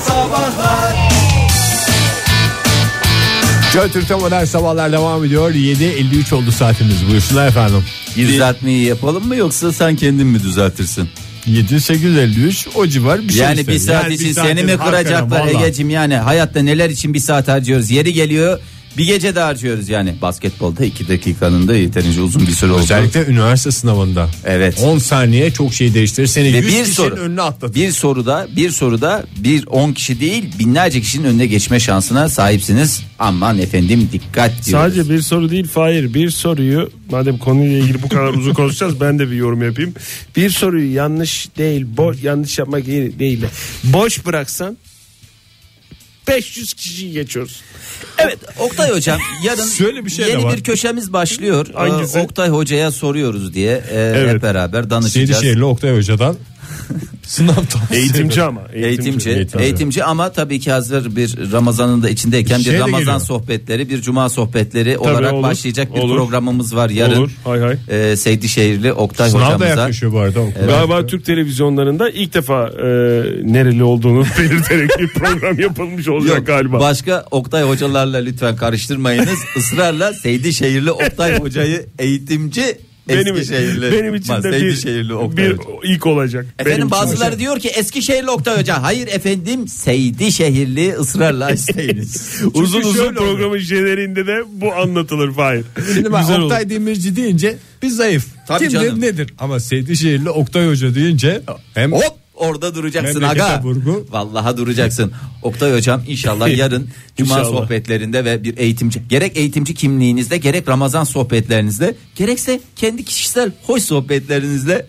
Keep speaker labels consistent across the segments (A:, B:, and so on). A: Sabahlar
B: Joy Türk'te modern sabahlar devam ediyor. 7.53 oldu saatimiz. Buyursunlar efendim.
A: Düzeltmeyi yapalım mı yoksa sen kendin mi düzeltirsin?
B: 7.853 o civar bir şey
A: yani bir
B: isterim.
A: saat
B: bir
A: için
B: saat
A: seni mi
B: hakikaten
A: kıracaklar
B: vallahi.
A: Ege'cim yani hayatta neler için bir saat harcıyoruz yeri geliyor bir gece de harcıyoruz yani basketbolda iki dakikanın da yeterince uzun bir süre oldu.
B: Özellikle üniversite sınavında.
A: Evet.
B: 10 saniye çok şey değiştirir. Seni
A: Ve
B: 100
A: bir
B: kişinin
A: soru
B: önüne atlatır.
A: bir soruda bir soruda bir 10 kişi değil binlerce kişinin önüne geçme şansına sahipsiniz aman efendim dikkat diyoruz.
C: Sadece bir soru değil Fahir bir soruyu madem konuyla ilgili bu kadar uzun konuşacağız ben de bir yorum yapayım. Bir soruyu yanlış değil boş yanlış yapmak iyi değil de boş bıraksan 500 kişiyi geçiyoruz.
A: Evet Oktay hocam yarın
B: Şöyle bir şey de
A: yeni
B: var.
A: bir köşemiz başlıyor. Ee,
C: Hangisi?
A: Oktay hocaya soruyoruz diye e, hep beraber danışacağız.
B: Şehirli Oktay Hoca'dan sınav tavsiye.
C: Eğitimci ama.
A: Eğitimci, eğitimci,
B: Eğitimci.
A: ama tabii ki hazır bir Ramazan'ın da içindeyken
B: Şey
A: bir
B: de
A: Ramazan
B: geliyor.
A: sohbetleri, bir Cuma sohbetleri olarak
C: olur,
A: başlayacak bir
C: olur.
A: programımız var yarın.
C: Olur, hay hay.
A: Ee, Seydi Şehirli Oktay
B: Sınav da
A: hocamıza.
B: yaklaşıyor bu arada. Oktay.
C: Galiba Türk televizyonlarında ilk defa e, nereli olduğunu belirterek bir program yapılmış olacak
A: Yok,
C: galiba.
A: Başka Oktay hocalarla lütfen karıştırmayınız. Israrla Seydi Şehirli Oktay hocayı eğitimci
C: benim,
A: Eskişehirli.
C: benim için de
A: Seydi
C: bir,
A: Şehirli Oktay
C: bir
A: Hoca.
C: ilk olacak.
A: Efendim
C: Benim için
A: bazıları
C: olacak.
A: diyor ki Eskişehirli Oktay Hoca. Hayır efendim Seydi Şehirli ısrarla isteyiniz.
C: uzun
B: Çünkü
C: uzun
B: şöyle oluyor.
C: programın jeneriğinde de bu anlatılır Fahir.
B: Şimdi ben
C: Güzel olur.
B: Oktay Demirci deyince bir zayıf.
A: Tabii
B: Kimdir
A: canım.
B: nedir? Ama Seydişehirli Oktay Hoca deyince hem
A: Hop orada duracaksın
B: Memlekete
A: aga.
B: vurgu.
A: Vallahi duracaksın. Oktay hocam inşallah yarın cuma
C: İnşallah.
A: sohbetlerinde ve bir eğitimci gerek eğitimci kimliğinizde gerek Ramazan sohbetlerinizde gerekse kendi kişisel hoş sohbetlerinizde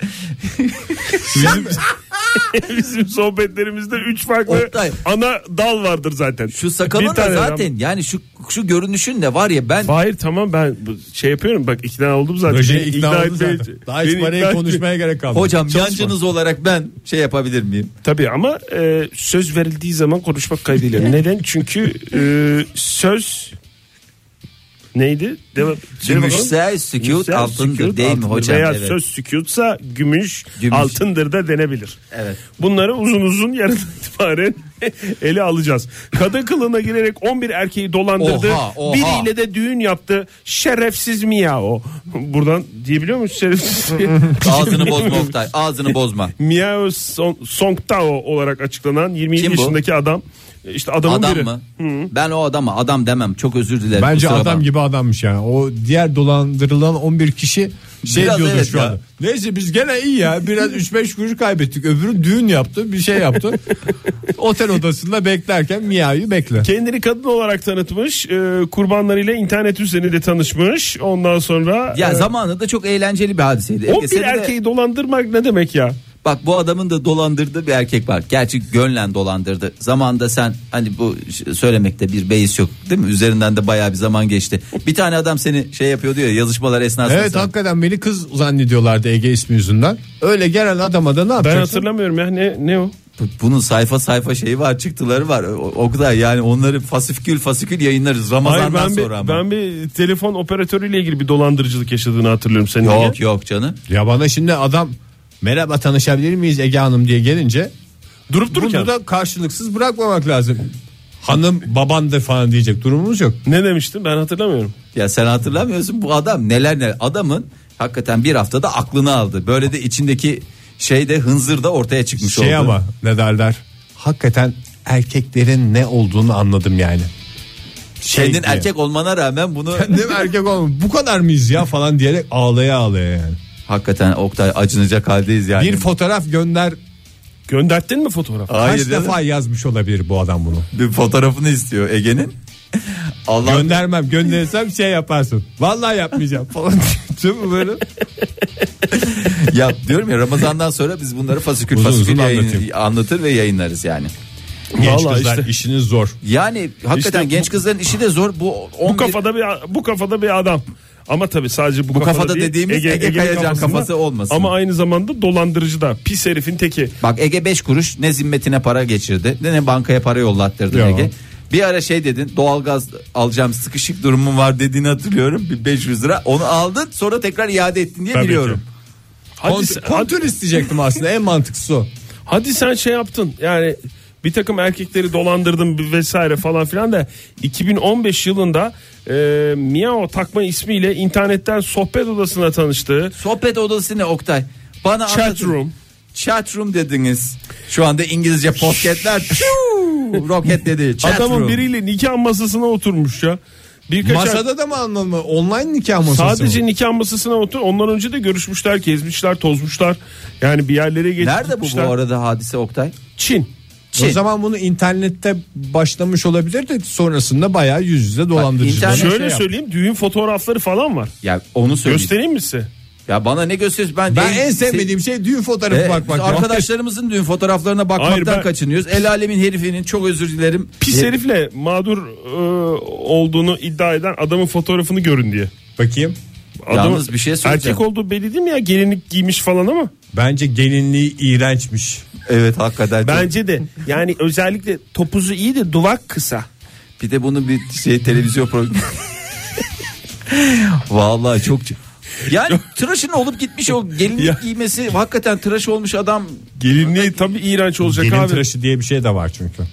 C: Bizim sohbetlerimizde 3 farklı
A: Oktay.
C: ana dal vardır zaten.
A: şu sakalın
C: Bir
A: da
C: tane
A: zaten yani şu şu görünüşün de var ya ben
C: Hayır tamam ben bu- şey yapıyorum bak ikna oldum zaten.
B: Hoca'yı
C: Beni
B: ikna oldu
C: etmeye-
B: zaten. Daha hiç
C: beni
B: parayı
C: ikna etmeye-
B: konuşmaya gerek kalmadı.
A: hocam yancınız olarak ben şey yapabilir miyim?
C: Tabii ama e, söz verildiği zaman konuşmak kaydıyla. Neden? Çünkü e, söz neydi? Devam. söyle bakalım.
A: Gümüşsel sükut
C: Şey Gümüşsel
A: altındır
C: sükut,
A: değil mi
C: altındır.
A: hocam?
C: Veya
A: Evet.
C: söz sükutsa gümüş,
A: Gümüş.
C: altındır da denebilir.
A: Evet.
C: Bunları uzun uzun yarın itibaren ele alacağız. Kadın kılığına girerek 11 erkeği dolandırdı.
A: Oha, oha.
C: Biriyle de düğün yaptı. Şerefsiz mi ya o? Buradan diyebiliyor muyuz şerefsiz?
A: Ağzını bozma Oktay. Ağzını bozma.
C: Miao Son- Songtao olarak açıklanan 27
A: Kim bu?
C: yaşındaki adam. İşte adamın
A: Adam
C: biri.
A: mı? Ben o adama adam demem. Çok özür dilerim.
B: Bence
A: Kusura
B: adam
A: bakma.
B: gibi adammış yani. O diğer dolandırılan 11 kişi şey
A: Biraz
B: diyordu
A: evet
B: şu
A: ya.
B: anda. Neyse biz gene iyi ya. Biraz 3-5 kuruş kaybettik. Öbürü düğün yaptı, bir şey yaptı. Otel odasında beklerken Mia'yı bekle.
C: Kendini kadın olarak tanıtmış. e, kurbanlarıyla internet üzerinde tanışmış. Ondan sonra
A: Ya
C: e,
A: zamanı da çok eğlenceli E, bir hadiseydi. Ege,
C: 11
A: seni de-
C: erkeği dolandırmak ne demek ya?
A: bak bu adamın da dolandırdığı bir erkek var. Gerçi gönlen dolandırdı. Zamanında sen hani bu ş- söylemekte bir beis yok değil mi? Üzerinden de bayağı bir zaman geçti. Bir tane adam seni şey yapıyor diyor ya yazışmalar esnasında.
B: Evet
A: sen-
B: hakikaten beni kız zannediyorlardı Ege ismi yüzünden. Öyle gelen adama da ne
C: Ben
B: yapacaksın?
C: hatırlamıyorum ya ne ne o?
A: Bu- Bunun sayfa sayfa şeyi var çıktıları var. O, o kadar yani onları fasikül fasikül yayınlarız Ramazan'dan
C: ben bir,
A: sonra ama.
C: ben bir telefon operatörüyle ilgili bir dolandırıcılık yaşadığını hatırlıyorum senin.
A: Yok yok canım.
B: Ya bana şimdi adam merhaba tanışabilir miyiz Ege Hanım diye gelince
C: Durup dururken.
B: bunu da karşılıksız bırakmamak lazım. Hanım babandır falan diyecek durumumuz yok.
C: Ne demiştim ben hatırlamıyorum.
A: Ya sen hatırlamıyorsun bu adam neler neler adamın hakikaten bir haftada aklını aldı. Böyle de içindeki şey de hınzır da ortaya çıkmış
B: şey
A: oldu.
B: ama ne derler? Hakikaten erkeklerin ne olduğunu anladım yani. Şey
A: Kendin
B: diye.
A: erkek olmana rağmen bunu
B: Kendim erkek olmam. Bu kadar mıyız ya falan diyerek ağlaya ağlaya yani.
A: hakikaten Oktay acınacak haldeyiz yani.
B: Bir fotoğraf gönder.
C: Gönderttin mi fotoğrafı?
A: Hayır
B: Kaç
A: canım.
B: defa yazmış olabilir bu adam bunu.
A: bir fotoğrafını istiyor Ege'nin. Allah
B: Göndermem gönderirsem şey yaparsın. Vallahi yapmayacağım falan. Değil mi böyle?
A: ya diyorum ya Ramazan'dan sonra biz bunları fasikül
B: Uzun
A: fasikül
B: uzun
A: yayın-
B: anlatayım.
A: anlatır ve yayınlarız yani.
B: Genç
C: Vallahi
B: kızlar
C: işte.
B: işiniz zor.
A: Yani hakikaten
C: İşte bu-
A: genç kızların işi de zor. Bu 11
C: Bu kafada bir bu kafada bir adam. Ama tabii sadece bu,
A: Bu kafada
C: değil,
A: dediğimiz Ege
C: Ege'nin
A: Kayacan
C: kafasında.
A: kafası olmasın.
C: Ama aynı zamanda dolandırıcı da pis herifin teki.
A: Bak Ege 5 kuruş ne zimmetine para geçirdi ne, ne bankaya para yollattırdı
B: Ya.
A: Ege. Bir ara şey dedin doğalgaz alacağım sıkışık durumum var dediğini hatırlıyorum. Bir 500 lira onu aldın sonra tekrar iade ettin diye
B: Tabii
A: biliyorum.
B: ki.
C: Hadi,
B: Kont-
C: sen-
B: kontör isteyecektim aslında en mantıklısı o.
C: hadi sen şey yaptın yani bir takım erkekleri dolandırdım vesaire falan filan da 2015 yılında e, Miao takma ismiyle internetten sohbet odasına tanıştığı
A: Sohbet odası ne Oktay? Bana
C: Chat
A: anlatın.
C: room.
A: Chat room dediniz. Şu anda İngilizce pocketler piu, roket dedi. Chat
C: adamın
A: room.
C: biriyle nikah masasına oturmuş ya. Birkaç
B: Masada da mı anlamı? Online nikah masası mı?
C: Sadece nikah masasına otur. Ondan önce de görüşmüşler, gezmişler, tozmuşlar. Yani bir yerlere geçmişler.
A: Nerede bu bu arada hadise Oktay?
C: Çin.
A: Çin.
B: O zaman bunu internette başlamış olabilir de sonrasında bayağı yüz yüze dolandırıcı.
A: internet-
B: Böyle
C: Şöyle
B: şey yap.
C: söyleyeyim düğün fotoğrafları falan var.
A: Ya onu söyleyeyim.
C: Göstereyim mi size?
A: ya bana ne gösteriyorsun? Ben,
B: Ben en sevmediğim şey düğün fotoğrafı
A: Ee,
B: bakmak.
A: biz arkadaşlarımızın düğün fotoğraflarına bakmaktan
C: Hayır, ben-
A: kaçınıyoruz. El alemin herifinin çok özür dilerim.
C: Pis
A: Ee,
C: herifle mağdur e, olduğunu iddia eden adamın fotoğrafını görün diye.
B: Bakayım.
C: Adamın-
A: Yalnız bir şey söyleyeceğim.
C: Erkek olduğu belli değil mi ya? Gelinlik giymiş falan ama.
B: Bence gelinliği iğrençmiş.
A: Evet hakikaten. Ben...
C: Bence de yani özellikle topuzu iyi de duvak kısa.
A: Bir de bunu bir şey televizyon programı. Vallahi çok yani tıraşın olup gitmiş o gelinlik
C: Ya.
A: giymesi hakikaten tıraş olmuş adam
C: Gelinliği tabii iğrenç olacak
B: Gelin
C: abi.
B: tıraşı diye bir şey de var çünkü.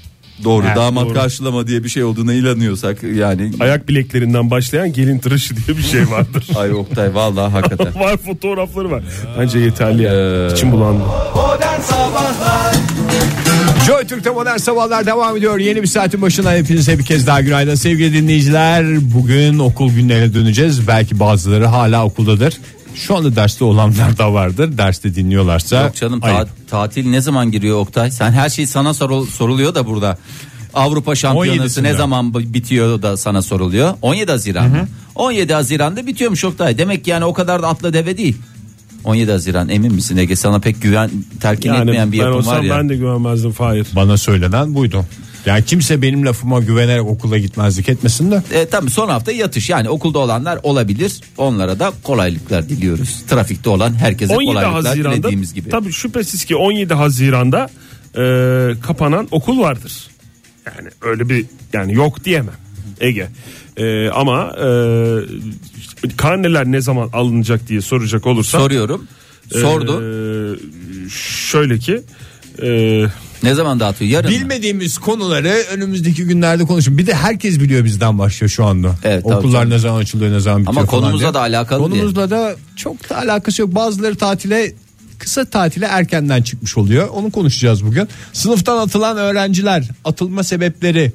A: doğru
C: Evet,
A: damat
C: doğru.
A: karşılama diye bir şey olduğuna inanıyorsak yani
C: Ayak bileklerinden başlayan gelin tıraşı diye bir şey vardır.
A: ay Oktay vallahi hakikaten.
C: var fotoğrafları var. Bence yeterli ya.
A: Ee,
C: İçim bulandı.
B: Joy Türk'te modern sabahlar devam ediyor. Yeni bir saatin başına hepinize bir kez daha günaydın sevgili dinleyiciler. Bugün okul günlerine döneceğiz. Belki bazıları hala okuldadır. Şu anda derste olanlar da vardır. Derste dinliyorlarsa.
A: Yok canım ta-
B: ayıp.
A: tatil ne zaman giriyor Oktay? Sen her şey sana sorul- soruluyor da burada. Avrupa Şampiyonası
B: 17'sinde.
A: ne zaman b- bitiyor da sana soruluyor. 17 Haziran. mı? 17 Haziran'da bitiyormuş Oktay. Demek ki yani o kadar da atla deve değil. 17 Haziran emin misin Ege? Sana pek güven terkin etmeyen bir
C: ben
A: yapım
C: olsam
A: var ya.
C: ben de güvenmezdim Fahir.
B: Bana söylenen buydu. Yani kimse benim lafıma güvenerek okula gitmezlik etmesin de.
A: E, tabii son hafta yatış yani okulda olanlar olabilir. Onlara da kolaylıklar diliyoruz. Trafikte olan herkese
C: 17
A: kolaylıklar
C: Haziran'da
A: dilediğimiz gibi.
C: tabii şüphesiz ki 17 Haziran'da e, kapanan okul vardır. Yani öyle bir yani yok diyemem Ege. E, ama e, karneler ne zaman alınacak diye soracak olursak
A: Soruyorum.
C: Ee,
A: Sordu.
C: e, şöyle ki e,
A: ne zaman dağıtıyor? Yarın. mı?
B: Bilmediğimiz konuları önümüzdeki günlerde konuşun. Bir de herkes biliyor bizden başlıyor şu anda.
A: Evet, tabii
B: Okullar
A: canım.
B: ne zaman açılıyor ne zaman bitiyor
A: Ama
B: falan
A: konumuzla
B: diye.
A: da alakalı
B: Konumuzla da çok da alakası yok. Bazıları tatile kısa tatile erkenden çıkmış oluyor. Onu konuşacağız bugün. Sınıftan atılan öğrenciler, atılma sebepleri,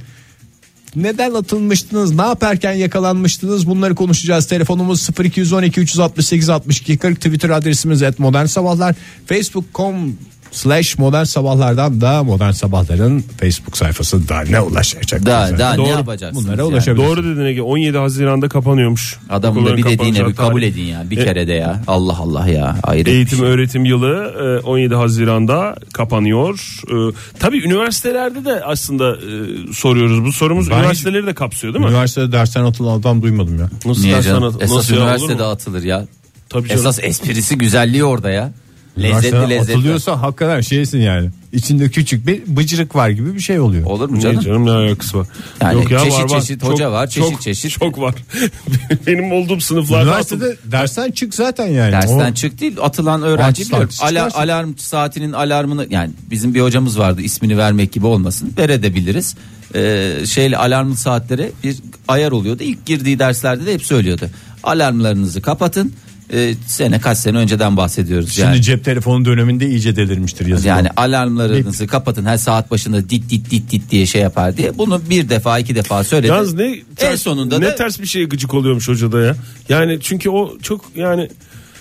B: neden atılmıştınız? Ne yaparken yakalanmıştınız? Bunları konuşacağız. Telefonumuz 0212 368 62 40 Twitter adresimiz et modern sabahlar. Facebook.com slash modern sabahlardan da modern sabahların Facebook sayfası da ne ulaşacak?
A: Daha, daha ne
C: Doğru.
A: yapacaksınız?
B: Bunlara
A: yani?
B: ulaşabilir.
C: doğru dedin Ege 17 Haziran'da kapanıyormuş.
A: Adamın da
C: Okulların
A: bir dediğine
C: kapanacağı
A: bir kabul
C: tarih.
A: edin ya. Bir
C: E,
A: kere de ya. Allah Allah ya. şey. Ayrı.
C: Eğitim öğretim yılı e, 17 Haziranda kapanıyor. E, Tabii üniversitelerde de aslında e, soruyoruz bu sorumuz.
B: Ben-
C: üniversiteleri de kapsıyor değil mi?
B: Üniversitede dersten atılan adam duymadım ya.
C: Nasıl
A: Niye
C: dersen
A: canım?
C: at-
A: Esas
C: nasıl ya, olur
A: üniversitede
C: mu?
A: atılır ya.
C: Tabii canım.
A: Esas esprisi güzelliği orada ya.
B: Üniversiteden
A: Lezzetli lezzetli.
B: Atılıyorsa hakikaten şeysin yani. İçinde küçük bir bıcırık var gibi bir şey oluyor.
A: Olur mu
C: Niye
A: canım?
C: canım? ne alakası var?
A: Yani çeşit çeşit hoca var, çeşit çeşit.
C: Çok var. Benim olduğum sınıflarda
B: Üniversitede dersten çık zaten yani.
A: Dersten
B: O-
A: çık değil atılan öğrenci
B: Artist
A: biliyorum.
B: artist
A: Ala,
B: çıkarsın.
A: alarm saatinin alarmını yani bizim bir hocamız vardı ismini vermek gibi olmasın verebiliriz. Ee, şeyle alarmlı saatlere bir ayar oluyordu. İlk girdiği derslerde de hep söylüyordu. Alarmlarınızı kapatın. Ee, sene kaç sene önceden bahsediyoruz
B: Şimdi
A: yani.
B: cep telefonu döneminde iyice delirmiştir yazık.
A: Yani alarmlarınızı kapatın her saat başında dit dit dit dit diye şey yapar diye. Bunu bir defa iki defa söyledi.
C: Yalnız ne
A: en
C: ters,
A: sonunda
C: ne
A: da
C: ters bir şeye gıcık oluyormuş hocada ya. Yani çünkü o çok yani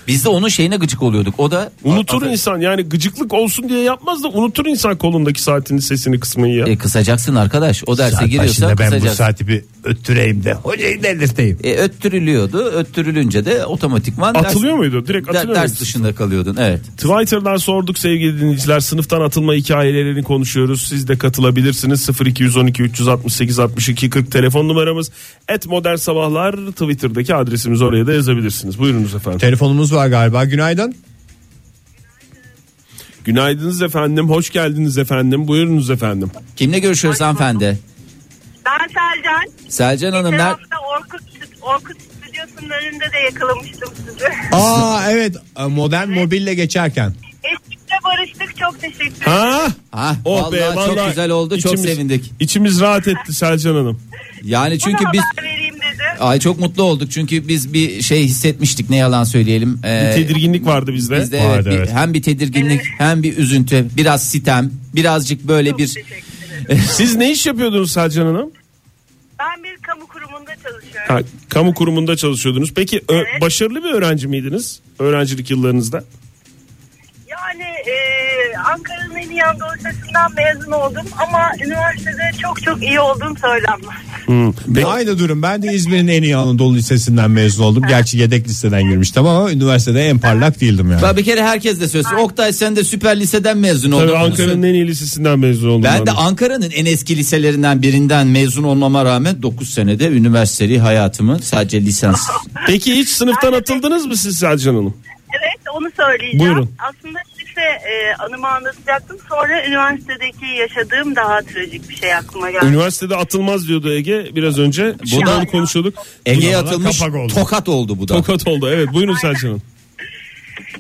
A: biz de onun şeyine gıcık oluyorduk. O da
C: unutur
A: Aferin.
C: insan yani gıcıklık olsun diye yapmaz da unutur insan kolundaki saatinin sesini kısmayı ya.
A: E, kısacaksın arkadaş. O derse
B: Saat
A: giriyorsa
B: başında ben bu
A: kısacaksın.
B: saati bir öttüreyim de hocayı delirteyim.
A: E, öttürülüyordu. Öttürülünce de otomatikman
C: Atılıyor muydu? Direkt
A: ders,
C: atılıyor muydu?
A: ders dışında kalıyordun. Evet.
C: Twitter'dan sorduk sevgili dinleyiciler. Sınıftan atılma hikayelerini konuşuyoruz. Siz de katılabilirsiniz. 0212 368 62 40 telefon numaramız. Et Modern Sabahlar Twitter'daki adresimiz oraya da yazabilirsiniz. Buyurunuz efendim.
B: Telefonumuz var galiba. Günaydın.
C: Günaydınız efendim. Hoş geldiniz efendim. Buyurunuz efendim.
A: Kimle görüşüyoruz hanımefendi?
D: Ben Selcan.
A: Selcan Hanım
D: Geçen
A: ner-
D: hafta Orkut, Orkut stüdyosunun önünde de yakalamıştım sizi.
B: Aa evet modern mobille geçerken.
D: Eskiyle barıştık Of çok teşekkür ederim.
C: Ha?
A: Ha,
C: Oh
A: Ah, vallahi
C: be,
A: çok
C: vallahi
A: güzel oldu. Çok
C: içimiz-
A: sevindik.
C: İçimiz rahat etti Selcan Hanım.
A: Yani
D: Buna
A: çünkü biz
D: haber vereyim dedim.
A: ay çok mutlu olduk. Çünkü biz bir şey hissetmiştik ne yalan söyleyelim. Ee,
C: Bir tedirginlik vardı bizde.
A: Bizde
C: Vardı,
A: evet, bir-
C: evet.
A: hem bir tedirginlik hem bir üzüntü, biraz sitem, birazcık böyle
D: Çok
A: bir
D: teşekkür ederim.
C: Siz ne iş yapıyordunuz Selcan Hanım?
D: Ben bir kamu kurumunda çalışıyorum.
C: Ha, kamu kurumunda çalışıyordunuz. Peki ö-
D: Evet.
C: başarılı bir öğrenci miydiniz? Öğrencilik yıllarınızda.
D: Yani e, Ankara'nın en iyi Anadolu'sundan mezun oldum ama üniversitede çok çok iyi olduğum söylenmez.
C: Peki-
B: Aynı durum. Ben de İzmir'in en iyi Anadolu Lisesi'nden mezun oldum. Gerçi yedek listeden girmiştim ama üniversitede en parlak değildim yani.
A: Ben bir kere herkes de söylesin. Oktay sen de süper liseden mezun oldun.
C: Tabii Ankara'nın en iyi lisesinden mezun oldum.
A: Ben de Ankara'nın en eski liselerinden birinden mezun olmama rağmen 9 senede üniversiteli hayatımı sadece lisans.
C: Peki hiç sınıftan atıldınız mı siz Selcan Hanım?
D: Evet onu söyleyeceğim.
C: Buyurun.
D: Aslında lise e, anımı anlatacaktım. Sonra üniversitedeki yaşadığım daha trajik bir şey aklıma geldi.
C: Üniversitede atılmaz diyordu Ege biraz önce.
A: Bu da-
C: Burada onu konuşuyorduk.
A: Ege'ye
C: Bundan
A: atılmış
C: kapak oldu.
A: tokat oldu bu da.
C: Tokat oldu. Evet buyurun Selcan Hanım.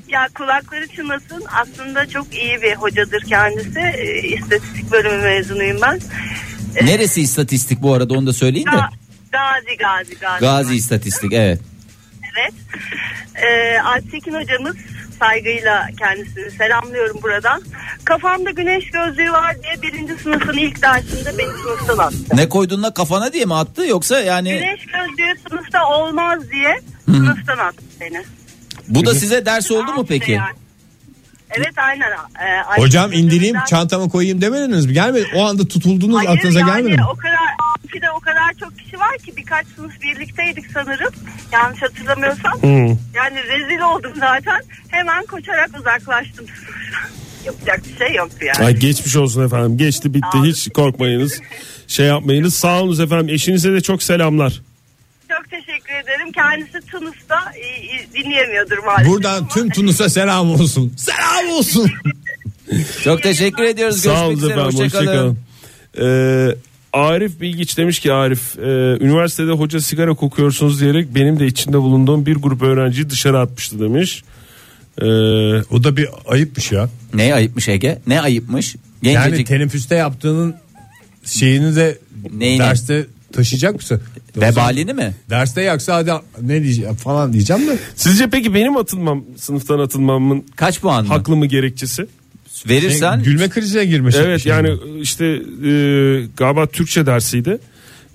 D: Ya kulakları çınlasın aslında çok iyi bir hocadır kendisi. E, İstatistik bölümü mezunuyum ben.
A: Neresi istatistik bu arada onu da söyleyeyim de.
D: Ga- Gazi Gazi Gazi.
A: Gazi istatistik evet.
D: Evet. Ee, Alptekin hocamız saygıyla kendisini selamlıyorum buradan. Kafamda güneş gözlüğü var diye birinci sınıfın ilk dersinde beni sınıftan attı.
A: Ne koydun da kafana diye mi attı yoksa yani
D: Güneş gözlüğü sınıfta olmaz diye sınıftan attı beni.
A: bu da size ders oldu mu
D: Ağaçta
A: peki?
D: yani. Evet aynen. Ee, Alptekin
B: Hocam indireyim
D: hocamızdan-
B: çantamı koyayım demediniz mi? Gelmedi. O anda tutuldunuz
D: Hayır,
B: aklınıza
D: yani
B: gelmedi mi?
D: O kadar ki de o kadar çok kişi var ki birkaç sınıf birlikteydik sanırım. Yanlış hatırlamıyorsam.
B: Hmm.
D: Yani rezil oldum zaten. Hemen koşarak uzaklaştım. Yapacak bir şey yoktu yani.
C: Ay geçmiş olsun efendim. Geçti bitti. Hiç korkmayınız. Şey yapmayınız. Sağolunuz efendim. Eşinize de çok selamlar.
D: Çok teşekkür ederim. Kendisi Tunus'ta e, e, dinleyemiyordur maalesef.
B: Buradan
D: ama-
B: tüm Tunus'a selam olsun. Selam olsun.
A: Çok teşekkür ediyoruz. Görüşmek
C: Sağ olun
A: üzere.
C: efendim.
A: Hoşçakalın.
C: Hoşçakalın. Arif Bilgiç demiş ki Arif e, üniversitede hoca sigara kokuyorsunuz diyerek benim de içinde bulunduğum bir grup öğrenciyi dışarı atmıştı demiş. E,
B: o da bir ayıpmış ya.
A: Ne ayıpmış Ege? Ne ayıpmış?
B: Yani
A: Gencecik.
B: teneffüste yaptığının şeyini de
A: Neyini?
B: derste taşıyacak mısın?
A: Vebalini mi?
B: Derste yaksa hadi ne diyeceğim falan diyeceğim de.
C: sizce peki benim atılmam sınıftan atılmamın
A: Kaç puan mı?
C: haklı mı gerekçesi?
A: Verirsen
B: Gülme krizine girmiş.
C: Evet yani işte e, galiba Türkçe dersiydi.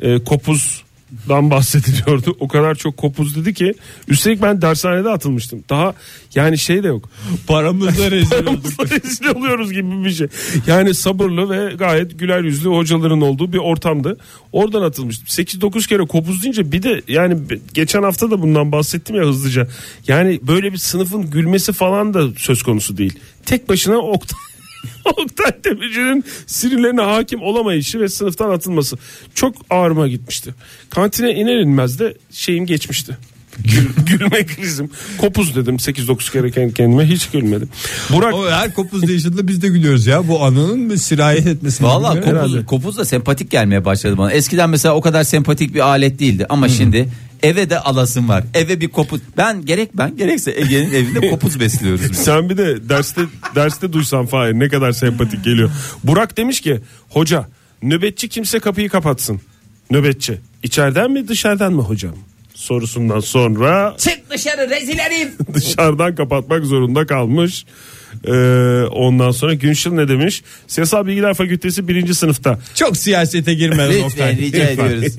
C: E, kopuzdan bahsediliyordu. O kadar çok kopuz dedi ki üstelik ben dershanede atılmıştım. Daha yani şey de yok.
B: paramızla rezil
C: Paramızla rezil oluyoruz gibi bir şey. Yani sabırlı ve gayet güler yüzlü hocaların olduğu bir ortamdı. Oradan atılmıştım. 8-9 kere kopuz deyince bir de yani be- geçen hafta da bundan bahsettim ya hızlıca. Yani böyle bir sınıfın gülmesi falan da söz konusu değil. Tek başına Oktay, Oktay Demirci'nin sinirlerine hakim olamayışı ve sınıftan atılması çok ağrıma gitmişti. Kantine iner inmez de şeyim geçmişti. Gül- gülme krizim. Kopuz dedim 8-9 kere kendi kendime hiç gülmedim. Burak
B: O her kopuz değişinde biz de gülüyoruz ya. Bu anının bir sirayet etmesi.
A: Valla
B: Bilmiyorum.
A: kopuz, kopuz da sempatik gelmeye başladı bana. Eskiden mesela o kadar sempatik bir alet değildi ama şimdi eve de alasım var. Eve bir kopuz. Ben gerek ben gerekse Ege'nin evinde kopuz besliyoruz. biz.
C: Sen bir de derste derste duysan Fahir ne kadar sempatik geliyor. Burak demiş ki hoca nöbetçi kimse kapıyı kapatsın. Nöbetçi içeriden mi dışarıdan mı hocam? Sorusundan sonra
A: Çık dışarı rezil herif.
C: dışarıdan kapatmak zorunda kalmış. Ee, ondan sonra Günşil ne demiş? Siyasal Bilgiler Fakültesi birinci sınıfta.
B: Çok siyasete girmeden
A: Lütfen rica ediyoruz.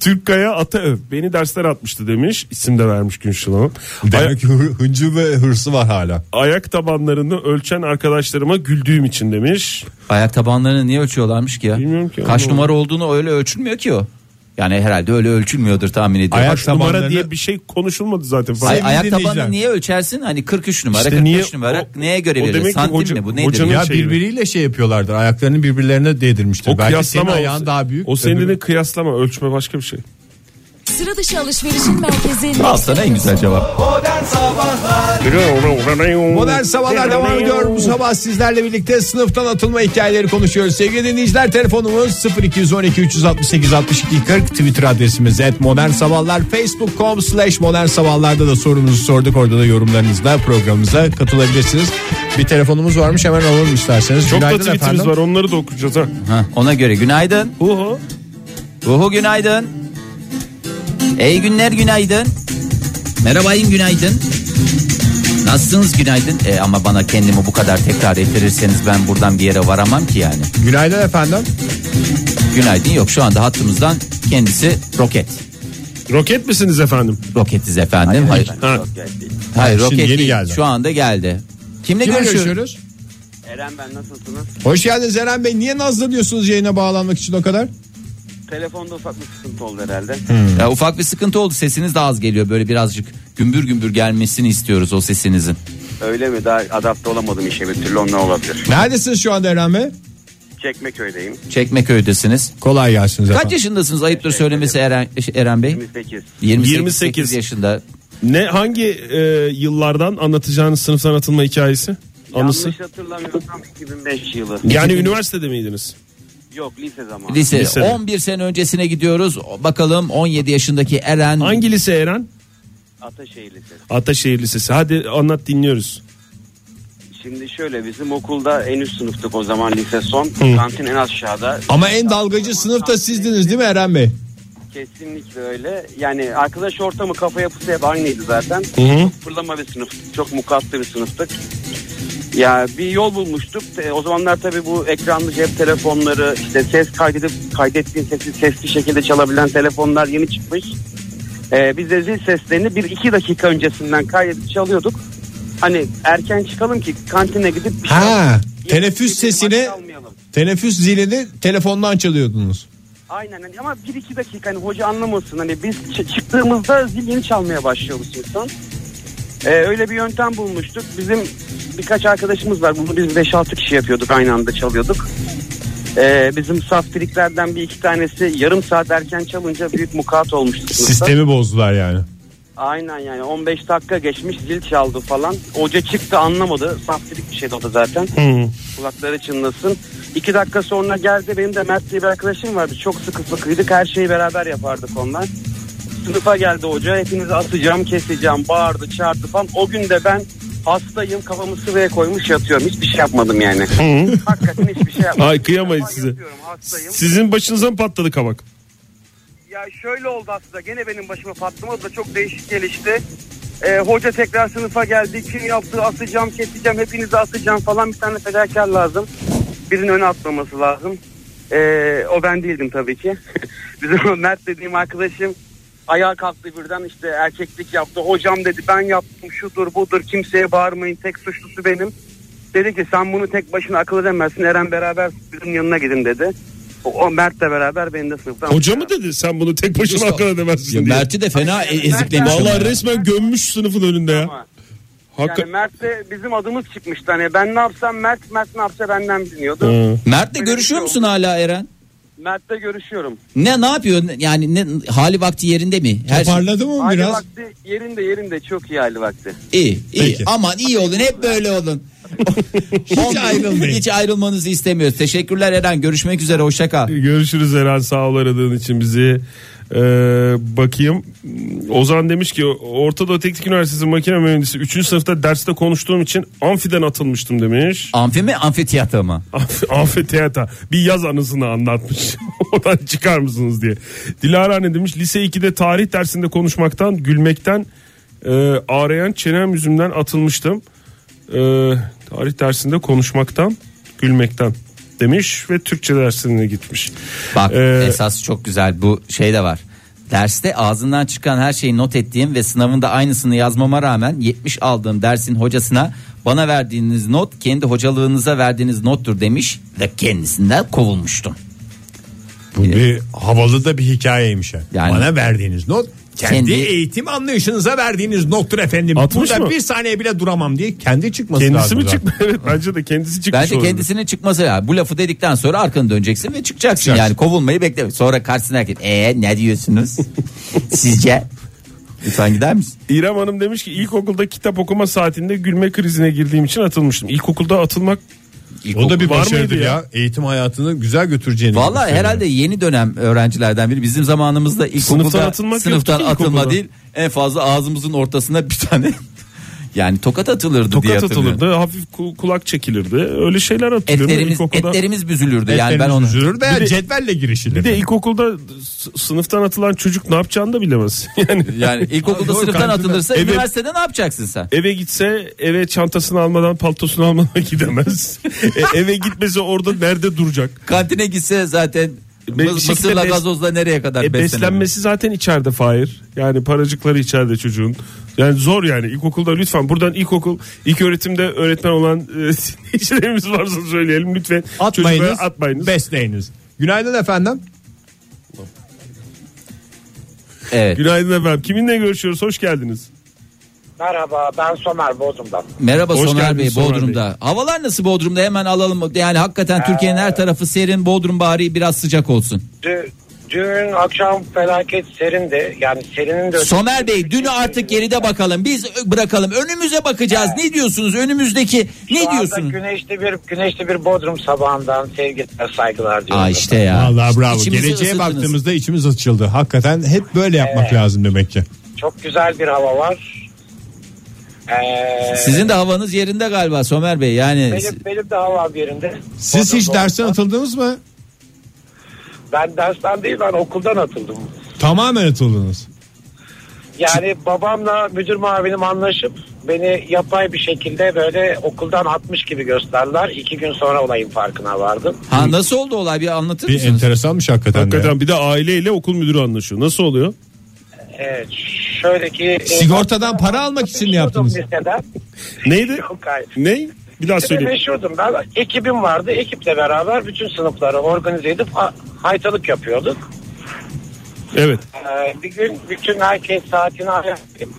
C: Türkkaya Ataöv beni dersler atmıştı demiş. İsim de vermiş Günşil Hanım. Ay-
B: Demek ki hır- hıncı ve hırsı var hala.
C: ayak tabanlarını ölçen arkadaşlarıma güldüğüm için demiş.
A: Ayak tabanlarını niye ölçüyorlarmış ki ya?
C: Bilmiyorum ki.
A: Kaç
C: Ama-
A: numara olduğunu öyle ölçülmüyor ki o. Yani herhalde öyle ölçülmüyordur tahmin ediyorum.
B: Ayak
A: Ayak,
C: Kaç
B: tabanlarını-
C: numara diye bir şey konuşulmadı zaten. falan.
A: Ay, ayak
B: dinleyiciler.
A: tabanını niye ölçersin? Hani 43 numara,
C: İşte
A: 45
C: niye-
A: numara
C: o-
A: neye göre
C: o demek
A: veriyor?
C: ki
A: Santim
C: hoca-
A: mi bu nedir?
C: hocanın-
B: Ya
C: Şey gibi.
B: birbiriyle şey yapıyorlardır. Ayaklarını birbirlerine değdirmiştir.
C: o
B: Belki senin
C: kıyaslama
B: ayağın
C: o,
B: daha büyük.
C: O senin
B: öbürü-
C: de kıyaslama ölçme başka bir şey.
E: Sıra dışı alışverişin merkezi.
A: Al sana en güzel cevap.
B: Modern Sabahlar devam ediyor. Bu sabah sizlerle birlikte sınıftan atılma hikayeleri konuşuyoruz. Sevgili dinleyiciler telefonumuz 0212 368 62 40 Twitter adresimiz et modern sabahlar facebook.com slash modern sabahlarda da sorunuzu sorduk. Orada da yorumlarınızla programımıza katılabilirsiniz. Bir telefonumuz varmış hemen alalım isterseniz.
C: Çok da
B: Günaydın
C: tweetimiz
B: efendim.
C: var onları da okuyacağız ha.
A: Ha, ona göre günaydın.
C: Uhu.
A: Uhu günaydın. Ey günler günaydın. Merhabayın günaydın. Nasılsınız günaydın? E, ama bana kendimi bu kadar tekrar ettirirseniz ben buradan bir yere varamam ki yani.
B: Günaydın efendim.
A: Günaydın yok şu anda hattımızdan kendisi roket.
C: Roket misiniz efendim?
A: Roketiz efendim. Hayır, hayır,
C: Ha.
B: Şimdi
A: roket
B: yeni
A: değil.
B: geldi.
A: Şu anda geldi. Kimle,
B: Kimle
A: görüşüyoruz?
B: görüşüyoruz?
F: Eren ben nasılsınız?
B: Hoş geldiniz Eren Bey. Niye nazlanıyorsunuz yayına bağlanmak için o kadar?
F: Telefonda ufak bir sıkıntı oldu herhalde.
A: Ya, ufak bir sıkıntı oldu. Sesiniz de az geliyor. Böyle birazcık gümbür gümbür gelmesini istiyoruz o sesinizin.
F: Öyle mi? Daha adapte olamadım işe bir türlü ondan olabilir.
B: Neredesiniz şu anda Eren Bey?
F: Çekmeköy'deyim.
A: Çekmeköy'desiniz.
B: Kolay gelsin efendim.
A: Kaç yaşındasınız ayıptır söylemesi Eren, şey, Eren Bey?
F: 28.
A: 28,
C: 28
A: yaşında.
C: Ne hangi e, yıllardan anlatacağınız sınıftan atılma hikayesi? Anısı.
F: Yanlış hatırlamıyorsam 2005 yılı.
C: Yani üniversitede miydiniz?
F: Yok lise zamanı.
A: Lise,
C: Lisede.
A: 11 sene öncesine gidiyoruz. Bakalım 17 yaşındaki Eren
C: Hangi lise Eren?
F: Ataşehir Lisesi.
C: Ataşehir Lisesi. Hadi anlat dinliyoruz.
F: Şimdi şöyle bizim okulda en üst sınıftık o zaman lise son. Kantin en aşağıda.
B: Ama en dalgacı sınıfta sizdiniz değil mi Eren Bey?
F: Kesinlikle öyle. Yani arkadaş ortamı kafa yapısı hep aynıydı zaten.
C: hı.
F: Fırlama bir sınıf. Çok mukattı bir sınıftık. Ya bir yol bulmuştuk. E, O zamanlar tabii bu ekranlı cep telefonları işte ses kaydedip kaydettiğin sesi sesli şekilde çalabilen telefonlar yeni çıkmış. E, biz de zil seslerini bir iki dakika öncesinden kaydedip çalıyorduk. Hani erken çıkalım ki kantine gidip bir
B: Ha,
F: şey-
B: teneffüs
F: bir- bir- bir-
B: sesini-
F: almayalım.
B: Teneffüs zilini telefondan çalıyordunuz.
F: Aynen hani ama 1-2 dakika hani hoca anlamasın hani biz ç- çıktığımızda zil yeni çalmaya başlıyor bu sınıftan. Ee, öyle bir yöntem bulmuştuk. Bizim birkaç arkadaşımız var. Bunu biz 5-6 kişi yapıyorduk aynı anda çalıyorduk. Ee, bizim saftiriklerden bir iki tanesi yarım saat erken çalınca büyük mukat olmuştu sınıfta.
B: Sistemi bozdular yani.
F: Aynen yani 15 dakika geçmiş zil çaldı falan. Hoca çıktı anlamadı. Saftirik bir şeydi o da zaten. Kulakları çınlasın. İki dakika sonra geldi benim de Mert diye bir arkadaşım vardı. Çok sıkı sıkıydık her şeyi beraber yapardık onlar. Sınıfa geldi hoca hepinizi atacağım keseceğim bağırdı çağırdı falan. O gün de ben hastayım kafamı sıvıya koymuş yatıyorum. Hiçbir şey yapmadım yani. Hakikaten hiçbir şey yapmadım.
C: Ay, kıyamayız
F: Ama
C: size.
F: yatıyorum, hastayım.
C: Sizin başınıza mı patladı kabak?
F: Ya şöyle oldu aslında gene benim başıma patlamadı da çok değişik gelişti. Ee, hoca tekrar sınıfa geldi. Kim yaptı asacağım keseceğim hepinizi asacağım falan bir tane fedakar lazım. Birinin öne atlaması lazım. Ee, o ben değildim tabii ki. Bizim o Mert dediğim arkadaşım ayağa kalktı birden işte erkeklik yaptı. Hocam dedi ben yaptım şudur budur kimseye bağırmayın tek suçlusu benim. Dedi ki sen bunu tek başına akıl edemezsin Eren beraber bizim yanına gidin dedi. O, o Mert'le beraber beni de sınıftan
C: Hoca mı dedi sen bunu tek başına akıl edemezsin
A: Ya
C: diye.
A: Mert'i de fena e-
F: Mert-
A: eziklemiş.
C: Vallahi
A: ama.
C: resmen gömmüş sınıfın önünde ya.
F: Ama
C: Hakka...
F: Yani Mert'le bizim adımız çıkmıştı. Hani ben ne yapsam Mert, Mert ne yapsa benden biliniyordu.
C: Hı.
A: Mert'le görüşüyor musun hala Eren?
F: Mert'le görüşüyorum.
A: Ne ne yapıyor? Yani ne hali vakti yerinde mi? Her şey
B: Toparladı mı
F: Hali
B: biraz?
F: vakti yerinde yerinde çok iyi hali vakti.
A: iyi. iyi.
B: Peki.
A: Aman iyi olun. Hep böyle olun. hiç
B: ayrılmayın.
A: Hiç ayrılmanızı istemiyoruz. Teşekkürler Eren. Görüşmek üzere. Hoşça kal.
C: Görüşürüz Eren sağ ol aradığın için bizi. Ee, bakayım Ozan demiş ki Orta Doğu Teknik Üniversitesi makine mühendisi 3. sınıfta derste konuştuğum için amfiden atılmıştım demiş.
A: Amfi mi? Amfiteyatro mu?
C: Amfiteyata bir yaz anısını anlatmış. Oradan çıkar mısınız diye. Dilara ne demiş? Lise 2'de tarih dersinde konuşmaktan, gülmekten e, ağrıyan çenem yüzümden atılmıştım. E, tarih dersinde konuşmaktan, gülmekten demiş ve Türkçe dersine gitmiş.
A: Bak
C: Ee,
A: esas çok güzel bu şey de var. Derste ağzından çıkan her şeyi not ettiğim ve sınavında aynısını yazmama rağmen 70 aldığım dersin hocasına bana verdiğiniz not kendi hocalığınıza verdiğiniz nottur demiş ve kendisinden kovulmuştum.
B: Bu bir havalı da bir hikayeymiş yani.
A: Yani-
B: Bana verdiğiniz not Kendi
A: Kendi-
B: eğitim anlayışınıza verdiğiniz noktur efendim.
C: Atmış
B: Burada
C: mı?
B: bir saniye bile duramam diye kendi çıkması
C: Kendisi
B: lazım.
C: mi
B: zaten.
C: çıkmış? Evet bence de kendisi çıkmış.
A: Bence
C: olabilir.
A: kendisinin çıkması ya. Bu lafı dedikten sonra arkanı döneceksin ve çıkacaksın yani. Kovulmayı bekle. Sonra karşısına herkes ee ne diyorsunuz? Sizce? Lütfen gider misin?
C: İrem Hanım demiş ki ilkokulda kitap okuma saatinde gülme krizine girdiğim için atılmıştım. İlkokulda atılmak
B: O da bir şey
C: Var mıydı
B: başarıdır ya?
C: ya?
B: Eğitim hayatını güzel götüreceğini.
A: Vallahi
B: söylüyor.
A: herhalde yeni dönem öğrencilerden biri. Bizim zamanımızda ilkokulda
C: Sınıftan
A: sınıftan,
C: atılmak yoktu ki
A: atılma
C: ilkokulda.
A: değil. En fazla ağzımızın ortasına bir tane yani tokat atılırdı diye
C: tokat
A: hatırlıyorum.
C: atılırdı. Hafif ku- kulak çekilirdi. Öyle şeyler hatırlıyorum
A: Etlerimiz,
C: ilkokulda.
A: etlerimiz büzülürdü. yani ben
B: Etlerimiz
A: onu
B: üzülür de
C: Bir de-
B: cetvelle girişilir.
C: Bir de ilkokulda s- sınıftan atılan çocuk ne yapacağını da bilemez. Yani
A: yani ilkokulda
B: Doğru,
A: sınıftan
B: kantinde.
A: atılırsa
C: Evet.
A: üniversitede ne yapacaksın sen?
C: eve gitse eve çantasını almadan paltosunu almadan gidemez. E, eve gitmese orada nerede duracak?
A: Kantine gitse zaten
C: bir
A: mı-
C: şekilde
A: mısırla
C: bes-
A: gazozla nereye kadar
C: E,
A: beslenir?
C: beslenmesi zaten içeride Fahir. Yani paracıkları içeride çocuğun. Yani zor yani ilkokulda lütfen buradan ilkokul ilk öğretimde öğretmen olan e, dinleyicilerimiz varsa söyleyelim lütfen.
B: atmayınız,
C: Çocuklara atmayınız.
B: besleyiniz. Günaydın efendim.
A: Evet.
C: Günaydın efendim. Kiminle görüşüyoruz? Hoş geldiniz.
G: Merhaba ben Somer Bodrum'dan.
A: Merhaba
C: Hoş
A: Soner
C: geldiniz
A: Bey
C: Soner
A: Bodrum'da. Havalar nasıl Bodrum'da hemen alalım. Yani hakikaten Türkiye'nin her tarafı serin. Bodrum bari biraz sıcak olsun.
G: Dü- dün akşam felaket serindi. Yani serinin de... ötesi-
A: Somer Bey dünü artık geride bakalım. Biz ö- bırakalım. Önümüze bakacağız. Ne diyorsunuz? Önümüzdeki
G: Şu
A: ne
G: anda
A: diyorsunuz?
G: Güneşli bir güneşli bir Bodrum sabahından sevgiler saygılar diyorum.
A: Aa işte ya.
B: Vallahi
A: İşte
B: bravo.
A: içimizi
B: Geleceğe
A: ısıttınız.
B: baktığımızda içimiz açıldı. Hakikaten hep böyle yapmak lazım demek ki.
G: Çok güzel bir hava var. Ee,
A: Sizin de havanız yerinde galiba Somer Bey. Yani
G: benim, benim de hava bir yerinde.
B: Siz hiç
G: Bodrum'da
B: dersten
G: olsam-
B: atıldınız mı?
G: Ben dersten değil ben okuldan atıldım.
B: Tamamen atıldınız.
G: Yani babamla müdür muavinim anlaşıp beni yapay bir şekilde böyle okuldan atmış gibi gösterdiler. İki gün sonra olayın farkına vardım.
A: ha nasıl oldu olay bir anlatır
B: Bir
A: mısınız?
B: enteresanmış hakikaten. de ya.
C: Hakikaten bir de aileyle okul müdürü anlaşıyor. Nasıl oluyor?
G: Evet şöyle ki... e,
B: Sigortadan para almak için mi yaptınız?
G: Liseden.
C: Neydi?
G: Yok hayır.
C: Ne? Bir daha
G: Lisede
C: söyleyeyim.
G: meşhurdum ben. Ekibim vardı. Ekiple beraber bütün sınıfları organize edip ha- haytalık yapıyorduk.
C: Evet.
G: Ee, bir gün bütün herkes saatini ayarlayıp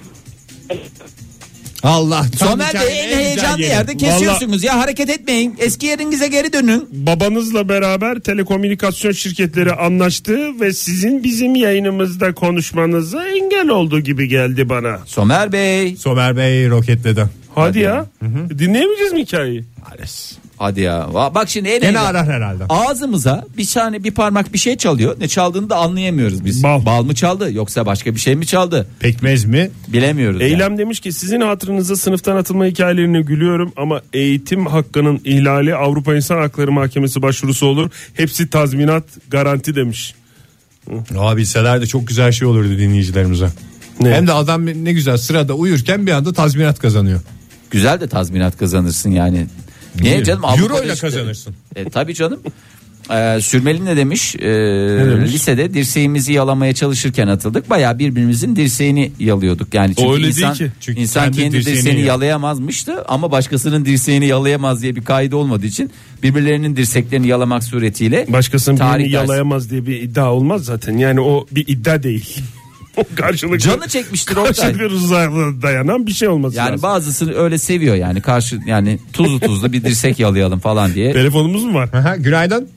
B: Allah. tam
A: Somer
B: hikayenin
A: Bey en
B: güzel
A: heyecanlı
B: yeri.
A: yerde kesiyorsunuz ya hareket etmeyin. Eski yerinize geri dönün.
C: Babanızla beraber telekomünikasyon şirketleri anlaştı ve sizin bizim yayınımızda konuşmanıza engel oldu gibi geldi bana.
A: Somer Bey.
B: Somer Bey roketledi.
C: Hadi, ya. Dinleyemeyeceğiz mi hikayeyi?
A: Hadi ya. Va- Bak şimdi en
B: Gene
A: heyecan-
B: arar herhalde.
A: Ağzımıza bir tane bir parmak bir şey çalıyor. Ne çaldığını da anlayamıyoruz biz.
C: Bal.
A: Bal, mı çaldı yoksa başka bir şey mi çaldı?
B: Pekmez mi?
A: Bilemiyoruz. yani.
C: Eylem demiş ki sizin hatırınıza sınıftan atılma hikayelerine gülüyorum ama eğitim hakkının ihlali Avrupa İnsan Hakları Mahkemesi başvurusu olur. Hepsi tazminat garanti demiş.
B: Aa bilseler de çok güzel şey olurdu dinleyicilerimize.
C: Ne?
B: Hem de adam ne güzel sırada uyurken bir anda tazminat kazanıyor.
A: Güzel de tazminat kazanırsın yani.
B: Değil
A: Niye
B: mi?
A: canım?
B: Euro
A: Avrupa'da
B: ile kazanırsın.
A: E, tabii canım. Ee, Sürmeli ne demiş? Ee,
C: demiş?
A: Lisede dirseğimizi yalamaya çalışırken atıldık. Bayağı birbirimizin dirseğini yalıyorduk. Yani çünkü
C: O öyle değil
A: insan,
C: ki.
B: Çünkü
A: insan
B: kendi
A: kendi,
B: dirseğini
A: dirseğini,
B: yal-
A: yalayamazmıştı ama başkasının dirseğini yalayamaz diye bir kaydı olmadığı için birbirlerinin dirseklerini yalamak suretiyle
C: Başkasının
A: tarih
C: birini
A: dersi-
C: yalayamaz diye bir iddia olmaz zaten. Yani o bir iddia değil. o karşılıklı,
A: Canı çekmiştir Oktay.
C: karşılıklı rızaya dayanan bir şey olması
A: Yani
C: lazım.
A: bazısını öyle seviyor yani karşı yani tuzlu tuzlu bir dirsek yalayalım falan diye.
C: Telefonumuz mu var?
B: Aha, günaydın.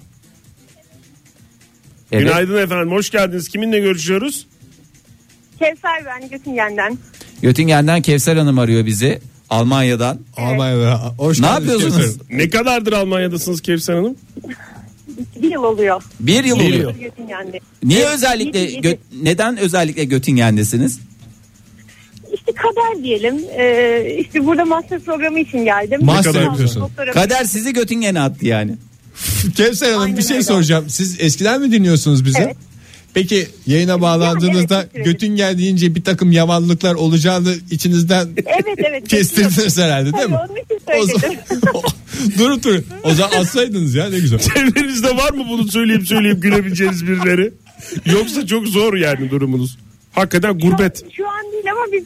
A: Evet.
C: Günaydın efendim hoş geldiniz. Kiminle görüşüyoruz?
D: Kevser ben Göttingen'den.
A: Göttingen'den Kevser Hanım arıyor bizi Almanya'dan.
B: Aman be, hoş
A: Ne
B: geldiniz
A: yapıyorsunuz?
B: Kevser.
C: Ne kadardır Almanya'dasınız Kevser Hanım?
D: Bir yıl oluyor
A: Bir yıl
C: Bir
A: oluyor.
C: yıl.
D: Göttingen'de.
A: Niye
D: Evet,
A: özellikle
D: yedi, yedi.
A: gö- neden özellikle Göttingen'desiniz?
D: İşte kader diyelim. Ee, işte burada master programı için geldim.
B: Master
D: Doktora-
B: yapıyorsun.
D: doktora-
A: Kader sizi Göttingen'e attı yani.
B: Kevser Hanım
D: Aynen
B: bir şey
D: öyle.
B: soracağım. Siz eskiden mi dinliyorsunuz bizi?
D: Evet.
B: Peki yayına bağlandığınızda
D: evet, evet.
B: götün geldiğince bir takım yavanlıklar olacağını içinizden
D: Evet evet.
B: kestirdiniz herhalde değil mi?
D: Hayır, onun için
B: O zaman- durup durup. O zaman atsaydınız ya ne güzel.
C: Çevrenizde var mı bunu söyleyip söyleyip gülebileceğiniz birileri? Yoksa çok zor yani durumunuz. Hakikaten gurbet.
D: Şu, şu an değil ama biz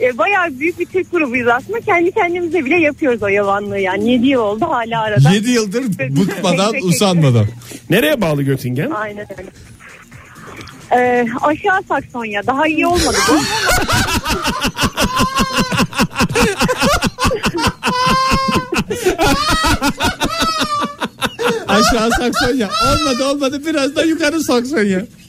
D: e, bayağı büyük bir Türk grubuyuz aslında. Kendi kendimize bile yapıyoruz o yavanlığı yani. 7 yıl oldu hala arada.
B: 7 yıldır bıkmadan
D: Peki, peki.
B: usanmadan.
C: Nereye bağlı Göttingen?
D: Aynen öyle. Ee, aşağı Saksonya daha iyi olmadı bu.
B: Aşağı Saksonya. Olmadı olmadı biraz da yukarı Saksonya.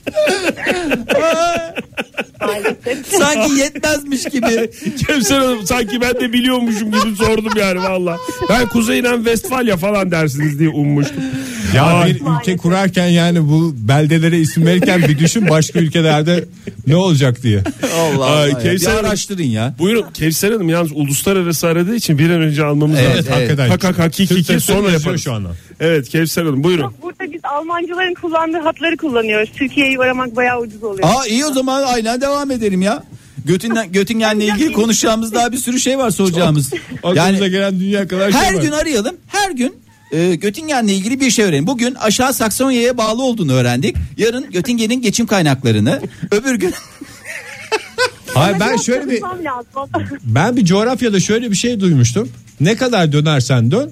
A: Sanki yetmezmiş gibi.
C: Kevser Hanım sanki ben de biliyormuşum gibi sordum yani valla. Ben Kuzeyden Vestfalya falan dersiniz diye ummuştum.
B: Ya
C: Aa,
B: bir ülke kurarken yani bu beldelere isim verirken bir düşün başka ülkelerde ne olacak diye.
A: Allah
C: Ay,
A: Allah. ya. Bir
C: Kevser-
A: araştırın ya.
C: Buyurun Kevser Hanım yalnız uluslararası aradığı için bir an önce almamız
A: Evet,
C: lazım.
A: evet.
C: Hak, hak, hakiki,
B: Türk
C: iki,
B: Telekom
C: sonra
B: yazıyor
C: yaparız.
B: Şu anda.
C: Evet Kevser Hanım buyurun.
D: Burada biz Almancıların kullandığı hatları kullanıyoruz. Türkiye'yi aramak bayağı ucuz oluyor.
A: Aa iyi o zaman aynen devam edelim ya. Götingen, Göttingen'le ilgili konuşacağımız daha bir sürü şey var soracağımız.
B: Aklımıza gelen dünya kadar şey
A: Her
B: var.
A: gün arayalım. Her gün e, Göttingen'le ilgili bir şey öğrenelim. Bugün aşağı Saksonya'ya bağlı olduğunu öğrendik. Yarın Göttingen'in geçim kaynaklarını. Öbür gün
B: Hayır, ben şöyle bir
D: Konuşmam lazım.
B: ben bir coğrafyada şöyle bir şey duymuştum. Ne kadar dönersen dön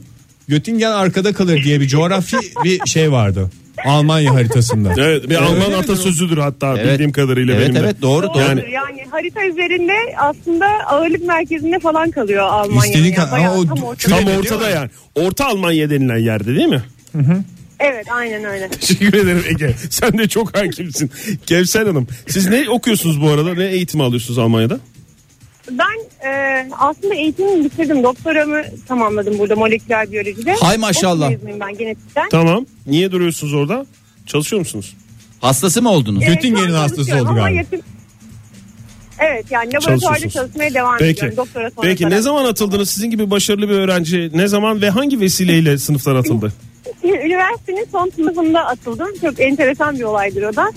B: Göttingen arkada kalır diye bir coğrafi bir şey vardı. Almanya haritasında.
C: Evet bir Alman
B: mi?
C: atasözüdür hatta
A: Evet.
C: bildiğim kadarıyla
A: Evet,
C: benim de.
A: evet, doğru, doğru.
C: Yani
D: Yani, yani harita üzerinde aslında ağırlık merkezinde falan kalıyor Almanya.
B: İstediğin kadar-
D: bayağı
B: ama o
D: tam
B: dü-
D: ortada.
C: tam
B: Değil mi?
C: ortada yani. Orta Almanya denilen yerde değil mi?
D: Evet aynen öyle.
C: Teşekkür ederim Ege. Sen de çok hakimsin. Kevser Hanım siz ne okuyorsunuz bu arada? Ne eğitim alıyorsunuz Almanya'da?
D: Ben e, aslında eğitimimi bitirdim. Doktoramı tamamladım burada moleküler biyolojide.
A: Hay maşallah.
D: Okul mezunuyum ben genetikten.
C: Tamam. Niye duruyorsunuz orada? Çalışıyor musunuz?
A: hastası mı oldunuz?
D: Evet,
B: Göttingen'in
D: E, şu an
B: hastası
D: çalışıyorum
B: oldu
D: ama
B: galiba.
D: yakın- Evet yani laboratuvarda
C: Çalışıyorsunuz.
D: çalışmaya devam
C: Peki.
D: ediyorum. Doktora sonra
C: Peki ne
D: karar-
C: zaman atıldınız? Sizin gibi başarılı bir öğrenci ne zaman ve hangi vesileyle sınıftan atıldı?
D: Üniversitenin son sınıfında atıldım. Çok enteresan bir olaydır o da.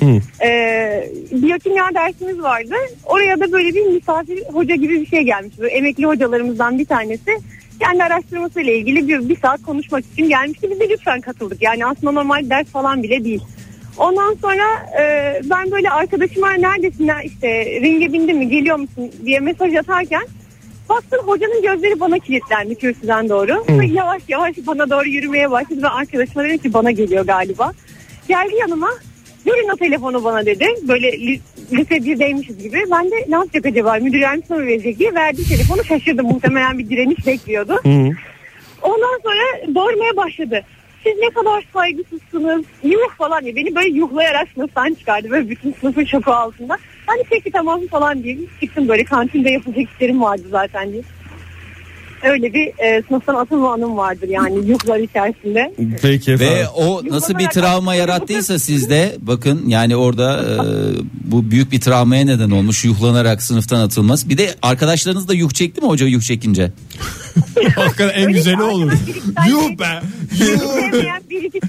D: Ee, biyokimya dersimiz vardı. Oraya da böyle bir misafir hoca gibi bir şey gelmiş. Böyle emekli hocalarımızdan bir tanesi. Kendi araştırmasıyla ilgili bir, bir saat konuşmak için gelmişti. Biz de lütfen katıldık. Yani aslında normal ders falan bile değil. Ondan sonra e, ben böyle arkadaşıma neredesin ya işte ringe bindin mi geliyor musun diye mesaj atarken Baktım hocanın gözleri bana kilitlendi kürsüden doğru. Ve yavaş yavaş bana doğru yürümeye başladı ve arkadaşıma dedi ki bana geliyor galiba. Geldi yanıma verin o telefonu bana dedi. Böyle li- lise 1'deymişiz gibi. Ben de ne yapacak acaba müdür yardımcısı mı verecek diye verdi telefonu şaşırdım. Muhtemelen bir direniş bekliyordu. Ondan sonra bağırmaya başladı. Siz ne kadar saygısızsınız. Yuh falan diye. Beni böyle yuhlayarak sınıftan çıkardı. Böyle bütün sınıfın şoku altında. Ben de peki tamam falan diye çıktım böyle. Kantinde yapılacak işlerim vardı zaten diye. Öyle bir e, sınıftan atılma anım vardır yani yuhlar içerisinde.
C: Peki
A: Ve o nasıl bir travma yarattıysa sizde bakın yani orada e, bu büyük bir travmaya neden olmuş yuhlanarak sınıftan atılması. Bir de arkadaşlarınız da yuh çekti mi hoca yuh çekince?
B: Hakikaten en güzeli olur.
D: Yuh
B: be.
D: Sevmeyen bir iki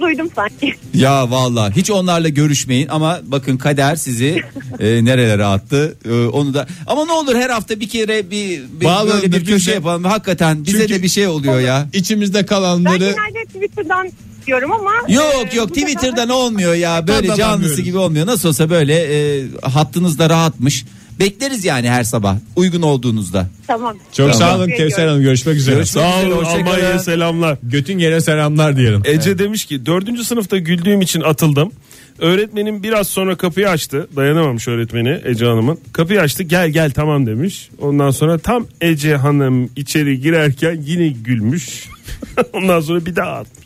D: duydum sanki.
A: Ya vallahi hiç onlarla görüşmeyin ama bakın kader sizi e, nerelere attı E, onu da ama ne olur her hafta bir kere bir, bir
B: Bağlanın
A: böyle bir
B: birbirine.
A: köşe yapalım hakikaten bize
B: Çünkü-
A: de bir şey oluyor ya.
B: İçimizde
D: Ben
B: kalanları
D: genelde Twitter'dan diyorum ama.
A: Yok
D: e,
A: yok
D: bu sefer-
A: Twitter'dan olmuyor ya böyle
B: Twitter'dan
A: canlısı
B: anlıyoruz.
A: gibi olmuyor nasıl olsa böyle e, hattınız da rahatmış bekleriz yani her sabah uygun olduğunuzda.
D: Tamam.
B: çok sağ
A: Tamam.
B: olun Kevser Hanım görüşmek üzere.
A: Görüşmek
C: Sağ olun
A: üzere, hoşça
C: Almanya'ya
A: kalın. E-
C: selamlar.
B: Götün yere selamlar diyelim.
C: Ece demiş ki dördüncü sınıfta güldüğüm için atıldım. Öğretmenim biraz sonra kapıyı açtı. Dayanamamış öğretmeni Ece Hanım'ın. Kapıyı açtı gel gel tamam demiş. Ondan sonra tam Ece Hanım içeri girerken yine gülmüş. Ondan sonra bir daha atmış.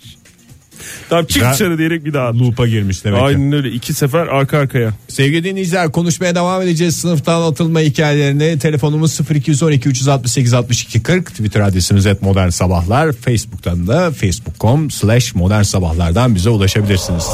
C: Tamam çık
B: Ben-
C: dışarı diyerek bir daha atmış.
B: Loop'a girmiş demek ki.
C: Aynen öyle iki sefer arka arkaya.
B: Sevgili dinleyiciler konuşmaya devam edeceğiz. Sınıftan atılma hikayelerini telefonumuz 0212 368 62 40 Twitter adresimiz et modern sabahlar. Facebook'tan da facebook.com slash modern sabahlardan bize ulaşabilirsiniz.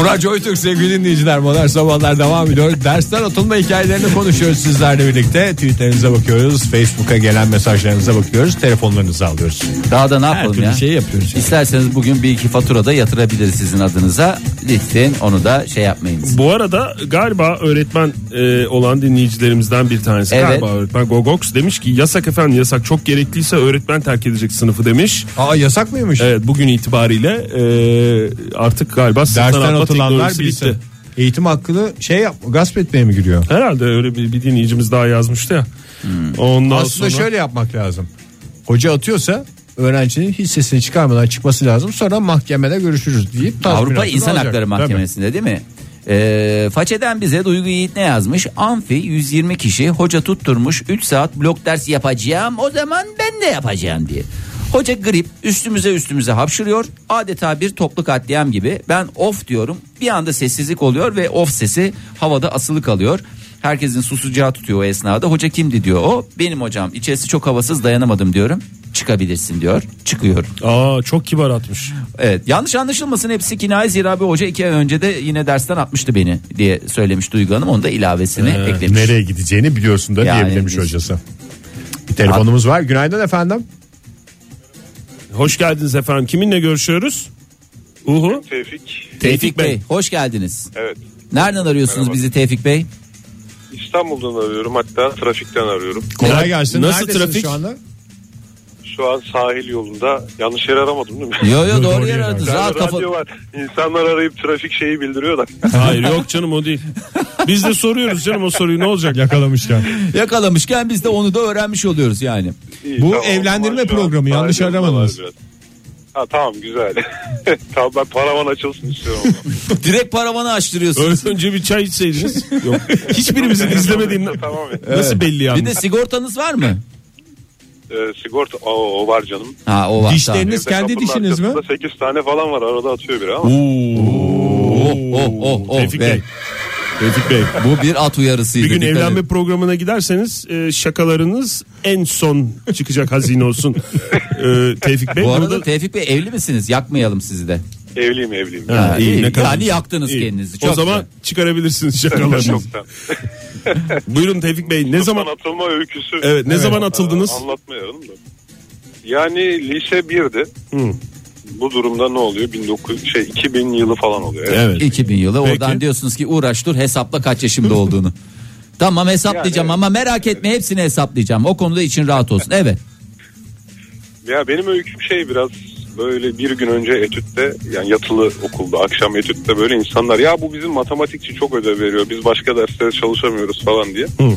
B: Burak Joytürk sevgili dinleyiciler modern sabahlar devam ediyor. Dersten atılma hikayelerini konuşuyoruz sizlerle birlikte. Tweetlerinize bakıyoruz. Facebook'a gelen mesajlarınıza bakıyoruz. Telefonlarınızı alıyoruz.
A: Daha da ne
B: Her
A: yapalım
B: türlü şey
A: ya?
B: şeyi yapıyoruz.
A: İsterseniz bugün bir iki fatura da yatırabiliriz sizin adınıza. Lütfen onu da şey yapmayınız.
C: Bu arada galiba öğretmen e, olan dinleyicilerimizden bir tanesi
A: Evet.
C: galiba öğretmen Gogox demiş ki yasak efendim yasak çok gerekliyse öğretmen terk edecek sınıfı demiş.
B: Aa yasak mıymış?
C: Evet bugün itibariyle e, artık galiba sınıftan
B: Dersten
C: atma
B: atılanlar
C: teknolojisi
B: bilsin.
C: bitti.
B: Eğitim hakkını şey yap, gasp etmeye mi giriyor?
C: Herhalde öyle bir, bir
A: Hmm.
C: dinleyicimiz daha yazmıştı ya. Ondan
B: Aslında
C: sonra
B: şöyle yapmak lazım. Hoca atıyorsa öğrencinin hissesini çıkarmadan çıkması lazım. Sonra mahkemede görüşürüz deyip tazminatını
A: Avrupa İnsan
B: alacak.
A: Hakları Mahkemesi'nde değil mi? Ee, façeden bize Duygu Yiğit ne yazmış? Amfi 120 kişi hoca tutturmuş 3 saat blok ders yapacağım o zaman ben de yapacağım diye. Hoca grip üstümüze üstümüze hapşırıyor adeta bir toplu katliam gibi ben of diyorum bir anda sessizlik oluyor ve of sesi havada asılı kalıyor. Herkesin susacağı tutuyor o esnada hoca kimdi diyor o benim hocam içerisi çok havasız dayanamadım diyorum çıkabilirsin diyor çıkıyorum.
C: Aa çok kibar atmış.
A: Evet yanlış anlaşılmasın hepsi kinayi zira bir hoca iki ay önce de yine dersten atmıştı beni diye söylemiş Duygu Hanım. Onu da ilavesini
C: Ee,
A: eklemiş.
H: Nereye gideceğini biliyorsun da
A: Yani
H: diyebilirmiş
A: biz-
H: hocası. Bir telefonumuz var. Günaydın efendim.
C: Hoş geldiniz efendim. Kiminle görüşüyoruz? Uhu.
I: Tevfik.
A: Tevfik Bey. hoş geldiniz.
I: Evet.
A: Nereden arıyorsunuz
I: Merhaba.
A: bizi Tevfik Bey?
I: İstanbul'dan arıyorum hatta trafikten arıyorum.
H: Kolay gelsin.
C: Nasıl
H: Neredesiniz
C: trafik?
H: şu anda?
I: Şu an sahil yolunda yanlış yere aramadım değil mi?
A: Yo yo doğru
H: doğru
A: yer
H: yer
A: aradınız.
I: Bir tane
A: Rahat kafa.
I: radyo var. İnsanlar arayıp trafik şeyi bildiriyor da.
C: Hayır yok canım o değil. Biz de soruyoruz canım o soruyu ne olacak?
H: Yakalamışken.
A: Yakalamışken biz de onu da öğrenmiş oluyoruz yani.
I: İyi,
H: Bu evlendirme
I: Şu an
H: programı, yanlış
I: sahil yolunda
H: aramadınız.
I: var biraz. Ha tamam güzel. tamam ben paravan açılsın istiyorum.
A: Direkt paravanı açtırıyorsunuz.
C: Öyle önce bir çay içseydiniz. Yok. Hiçbirimizin izlemediğini
I: tamam. ya.
C: nasıl belli yani?
A: Bir de sigortanız var mı?
I: Ee, sigorta o, o var canım.
A: Ha o var. tamam.
B: Dişleriniz
I: Evde
B: kendi
I: kapının
B: dişiniz mi?
I: arkasında Sekiz tane falan var arada atıyor biri ama.
A: Oh oh oh oh.
C: Tevfik
A: Bey.
C: Bey. Tevfik Bey.
A: Bu bir at uyarısıydı.
C: Bir gün
A: Dikkat edin.
C: evlenme programına giderseniz e, şakalarınız en son çıkacak hazine olsun. E, Tevfik Bey.
A: Bu arada
C: burada-
A: Tevfik Bey evli misiniz? Yakmayalım sizi de.
I: Evliyim evliyim.
C: Ha,
A: Ha, iyi.
C: ne kadar-
A: Yani yaktınız kendinizi. Çok
C: o zaman
A: güzel.
C: çıkarabilirsiniz
I: Çok
C: şakalarınızı.
I: Çoktan.
C: Buyurun Tevfik Bey ne zaman
I: atılma öyküsü.
C: Evet, ne zaman atıldınız?
I: Aa, anlatmayalım da. Yani lise 1'di.
C: Hı.
I: Bu durumda ne oluyor? 19 şey 2000 yılı falan oluyor. Evet.
A: 2000 yılı
C: Peki.
A: oradan diyorsunuz ki uğraş dur hesapla kaç yaşımda olduğunu. tamam hesaplayacağım
I: Yani,
A: ama merak etme hepsini hesaplayacağım. O konuda için rahat olsun. Evet.
I: Ya benim öyküm şey biraz böyle bir gün önce etütte yani yatılı okulda akşam etütte böyle insanlar ya bu bizim matematikçi çok ödev veriyor biz başka derslere çalışamıyoruz falan diye
C: Hı.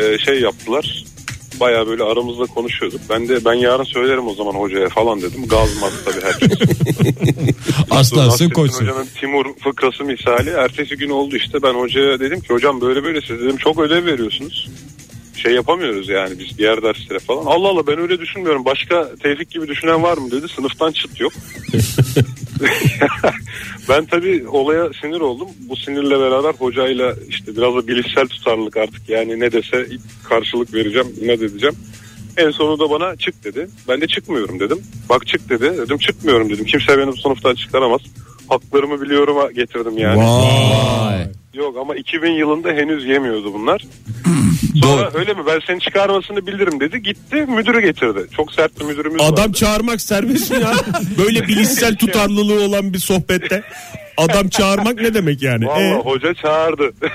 I: Ee, şey yaptılar baya böyle aramızda konuşuyorduk ben de ben yarın söylerim o zaman hocaya falan dedim gazmaz tabii herkes
B: Aslansın
I: Nasrettin
B: koçsun.
I: Hoca'nın Timur fıkrası misali. Ertesi gün oldu işte ben hocaya dedim ki hocam böyle böyle siz dedim çok ödev veriyorsunuz. Şey yapamıyoruz yani biz diğer derslere falan. Allah Allah ben öyle düşünmüyorum. Başka Tevfik gibi düşünen var mı dedi. Sınıftan çıt yok. ben tabii olaya sinir oldum. Bu sinirle beraber hocayla işte biraz da bilişsel tutarlılık artık. Yani ne dese karşılık vereceğim, inat edeceğim. En sonunda bana çık dedi. Ben de çıkmıyorum dedim. Bak çık dedi. Dedim çıkmıyorum dedim. Kimse beni bu sınıftan çıkaramaz. Haklarımı biliyorum'a getirdim yani.
A: Vay.
I: Yok ama 2000 yılında henüz yemiyordu bunlar. Sonra öyle mi ben seni çıkarmasını bilirim dedi. Gitti müdürü getirdi. Çok sert bir müdürümüz
C: adam
I: vardı.
C: çağırmak serbest mi ya? Böyle bilişsel tutarlılığı olan bir sohbette adam çağırmak ne demek yani?
I: Valla
C: E,
I: hoca çağırdı.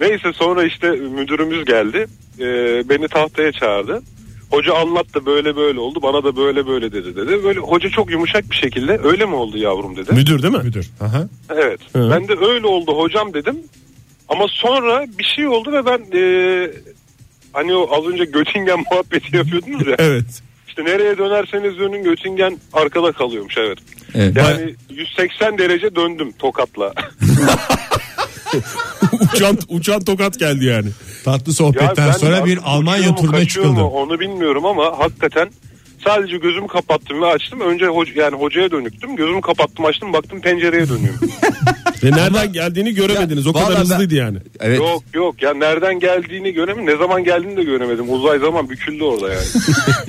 I: Neyse sonra işte müdürümüz geldi. Ee, beni tahtaya çağırdı. Hoca anlattı böyle böyle oldu. Bana da böyle böyle dedi dedi. Böyle hoca çok yumuşak bir şekilde öyle mi oldu yavrum dedi.
C: müdür değil mi?
H: Müdür. Aha.
I: Evet.
C: Hı.
I: Ben de öyle oldu hocam dedim. Ama sonra bir şey oldu ve ben eee, hani o az önce Göttingen muhabbeti yapıyordunuz ya.
C: Evet.
I: İşte nereye dönerseniz dönün Göttingen arkada kalıyormuş evet.
A: Evet.
I: Yani 180 derece döndüm tokatla.
C: Uçan, uçan tokat geldi yani.
H: Tatlı
I: Ya
H: sohbetten
I: ben
H: sonra
I: artık
H: bir Almanya
I: uçuyor mu,
H: turuna
I: kaçıyor
H: çıkıldı.
I: mu Onu bilmiyorum ama hakikaten sadece gözümü kapattım ve açtım. Önce hoca, yani hocaya dönüktüm. Gözümü kapattım açtım baktım pencereye dönüyorum.
C: Ve nereden geldiğini göremediniz. O kadar
A: Vallahi ben-
C: hızlıydı yani.
A: Evet.
I: Yok yok ya nereden geldiğini göremedim. Ne zaman geldiğini de göremedim. Uzay zaman büküldü orada yani.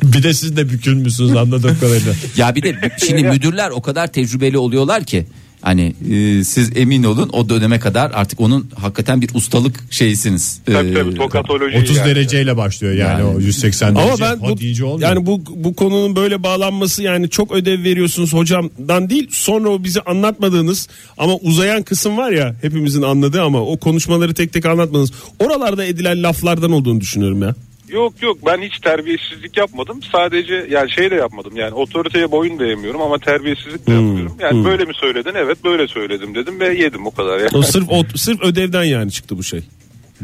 H: Bir de siz de bükülmüşsünüz anladığım kadarıyla.
A: Ya bir de şimdi müdürler o kadar tecrübeli oluyorlar ki hani e, siz emin olun o döneme kadar artık onun hakikaten bir ustalık şeysiniz.
I: tabii
A: Ee,
I: tabii tokatoloji
H: 30
I: yani.
H: dereceyle başlıyor yani, o 180
C: Ama
H: derece.
C: ben bu,
H: Hadi iyice olmuyor.
C: yani bu bu konunun böyle bağlanması yani çok ödev veriyorsunuz hocamdan değil sonra o bize anlatmadığınız ama uzayan kısım var ya hepimizin anladığı ama o konuşmaları tek tek anlatmadığınız oralarda edilen laflardan olduğunu düşünüyorum ya.
I: Yok yok ben hiç terbiyesizlik yapmadım. Sadece yani şey de yapmadım. Yani otoriteye boyun da eğmiyorum ama terbiyesizlik de
B: Hmm,
I: yapmıyorum. Yani böyle mi söyledin? Evet böyle söyledim dedim ve yedim o kadar. Yani.
C: O sırf o, sırf ödevden yani çıktı bu şey.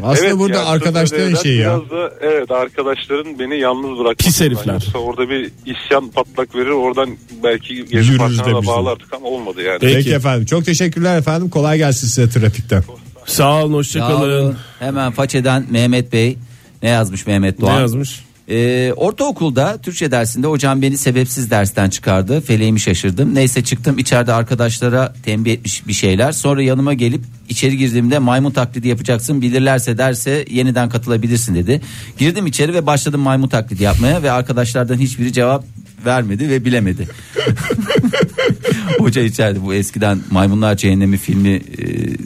B: Aslında burada
I: yani
B: arkadaşların
I: sırf
B: şeyi ya.
I: Biraz da evet arkadaşların beni yalnız bırakması.
C: Pis herifler.
I: Yani Yoksa orada bir isyan patlak verir oradan belki
B: Yürürüz
I: gezi parkına da
B: demiştim.
I: bağlardık ama olmadı yani.
C: Peki.
B: Peki. efendim. Çok teşekkürler efendim. Kolay gelsin size trafikten.
C: Sağ olun
A: Sağ olun.
C: hoşçakalın.
A: Hemen façeden Mehmet Bey ne yazmış Mehmet
C: Ne
A: Doğan?
C: yazmış?
A: Ee, ortaokulda Türkçe dersinde hocam beni sebepsiz dersten çıkardı. Feleğimi şaşırdım. Neyse çıktım içeride arkadaşlara tembih etmiş bir şeyler. Sonra yanıma gelip içeri girdiğimde maymun taklidi yapacaksın. Bilirlerse derse yeniden katılabilirsin dedi. Girdim içeri ve başladım maymun taklidi yapmaya ve arkadaşlardan hiçbiri cevap vermedi ve bilemedi. Hoca içeride bu eskiden Maymunlar Cehennemi filmi e,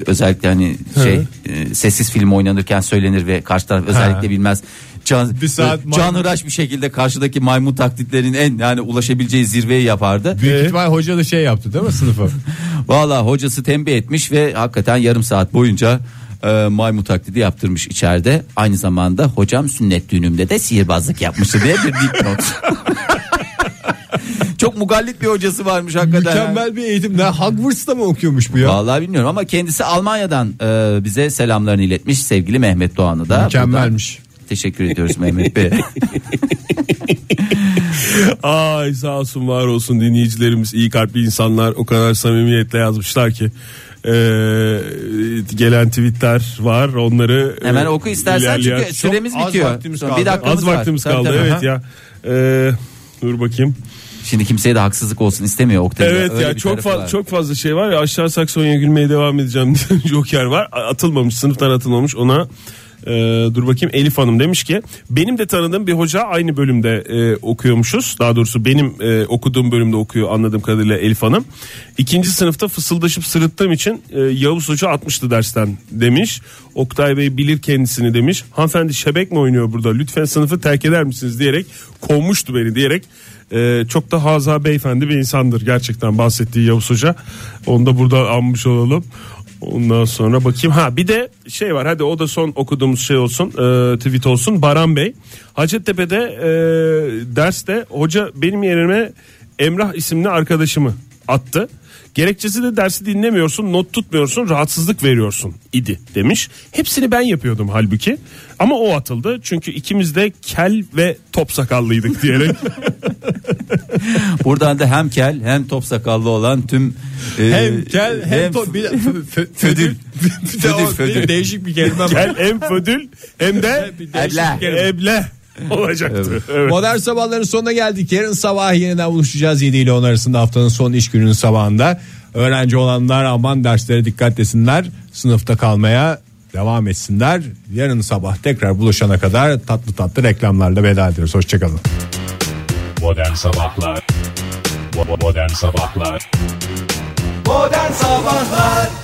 A: özellikle hani şey e, sessiz film oynanırken söylenir ve karşı taraf özellikle bilmez. Can,
B: Bir saat
A: böyle canhıraş bir şekilde karşıdaki maymun taklitlerinin en yani ulaşabileceği zirveyi yapardı.
B: Büyük ihtimal hoca da şey yaptı değil mi sınıfı?
A: Valla hocası tembih etmiş ve hakikaten yarım saat boyunca e, maymun taklidi yaptırmış içeride. Aynı zamanda hocam sünnet düğünümde de sihirbazlık yapmıştı diye bir dipnot. Çok mugallit bir hocası varmış hakikaten.
B: Mükemmel bir eğitim. Ne Hogwarts'ta mı okuyormuş bu ya?
A: Vallahi bilmiyorum ama kendisi Almanya'dan e, bize selamlarını iletmiş sevgili Mehmet Doğan'ı da.
B: Mükemmelmiş.
A: buradan Teşekkür ediyoruz Mehmet Bey.
C: Ay sağ olsun var olsun dinleyicilerimiz iyi kalpli insanlar o kadar samimiyetle yazmışlar ki Ee, gelen tweetler var onları
A: Hemen
C: e,
A: oku istersen
C: ilerleyen-
A: çünkü süremiz
B: az
A: bitiyor.
B: vaktimiz
A: Son
B: kaldı.
A: Bir dakikamız
C: az
A: var.
C: vaktimiz
A: Tabii,
C: kaldı
A: tabii.
C: evet
A: Aha.
C: ya Ee, dur bakayım
A: Şimdi kimseye de haksızlık olsun istemiyor Oktay.
C: Evet
A: Öyle
C: ya
A: bir
C: çok
A: tarafı
C: fazla
A: var.
C: çok fazla şey var ya aşağı Saksonya'ya gülmeye devam edeceğim diyen Joker var. A- Atılmamış sınıftan atılmamış ona e, dur bakayım Elif Hanım demiş ki benim de tanıdığım bir hoca aynı bölümde e, okuyormuşuz. Daha doğrusu benim e, okuduğum bölümde okuyor anladığım kadarıyla Elif Hanım. İkinci sınıfta fısıldaşıp sırıttığım için e, Yavuz Hoca atmıştı dersten demiş. Oktay Bey bilir kendisini demiş. Hanımefendi şebek mi oynuyor burada lütfen sınıfı terk eder misiniz diyerek kovmuştu beni diyerek ee, çok da haza beyefendi bir insandır gerçekten bahsettiği Yavuz Hoca. Onu da burada anmış olalım. Ondan sonra bakayım. Ha bir de şey var hadi o da son okuduğumuz şey olsun e, tweet olsun. Baran Bey Hacettepe'de e, derste hoca benim yerime Emrah isimli arkadaşımı attı. Gerekçesi de dersi dinlemiyorsun, not tutmuyorsun, rahatsızlık veriyorsun idi demiş. Hepsini ben yapıyordum halbuki. Ama o atıldı çünkü ikimiz de kel ve top sakallıydık diyerek
A: Buradan da hem kel hem top sakallı olan tüm e,
B: Hem gel hem, to- bir,
A: Födül.
B: födül. Bir de o
A: Födül, födül.
B: bir değişik bir kelime var.
C: Gel hem födül hem de
A: Eble.
C: eble olacaktı. Evet.
B: Modern sabahların sonuna geldik. Yarın sabah yeniden buluşacağız 7 ile 10 arasında haftanın son iş gününün sabahında. Öğrenci olanlar aman derslere dikkat etsinler. Sınıfta kalmaya devam etsinler. Yarın sabah tekrar buluşana kadar tatlı tatlı reklamlarla veda ediyoruz. Hoşçakalın.
J: Modern Sabahlar Bo- Modern Sabahlar
A: Modern Sabahlar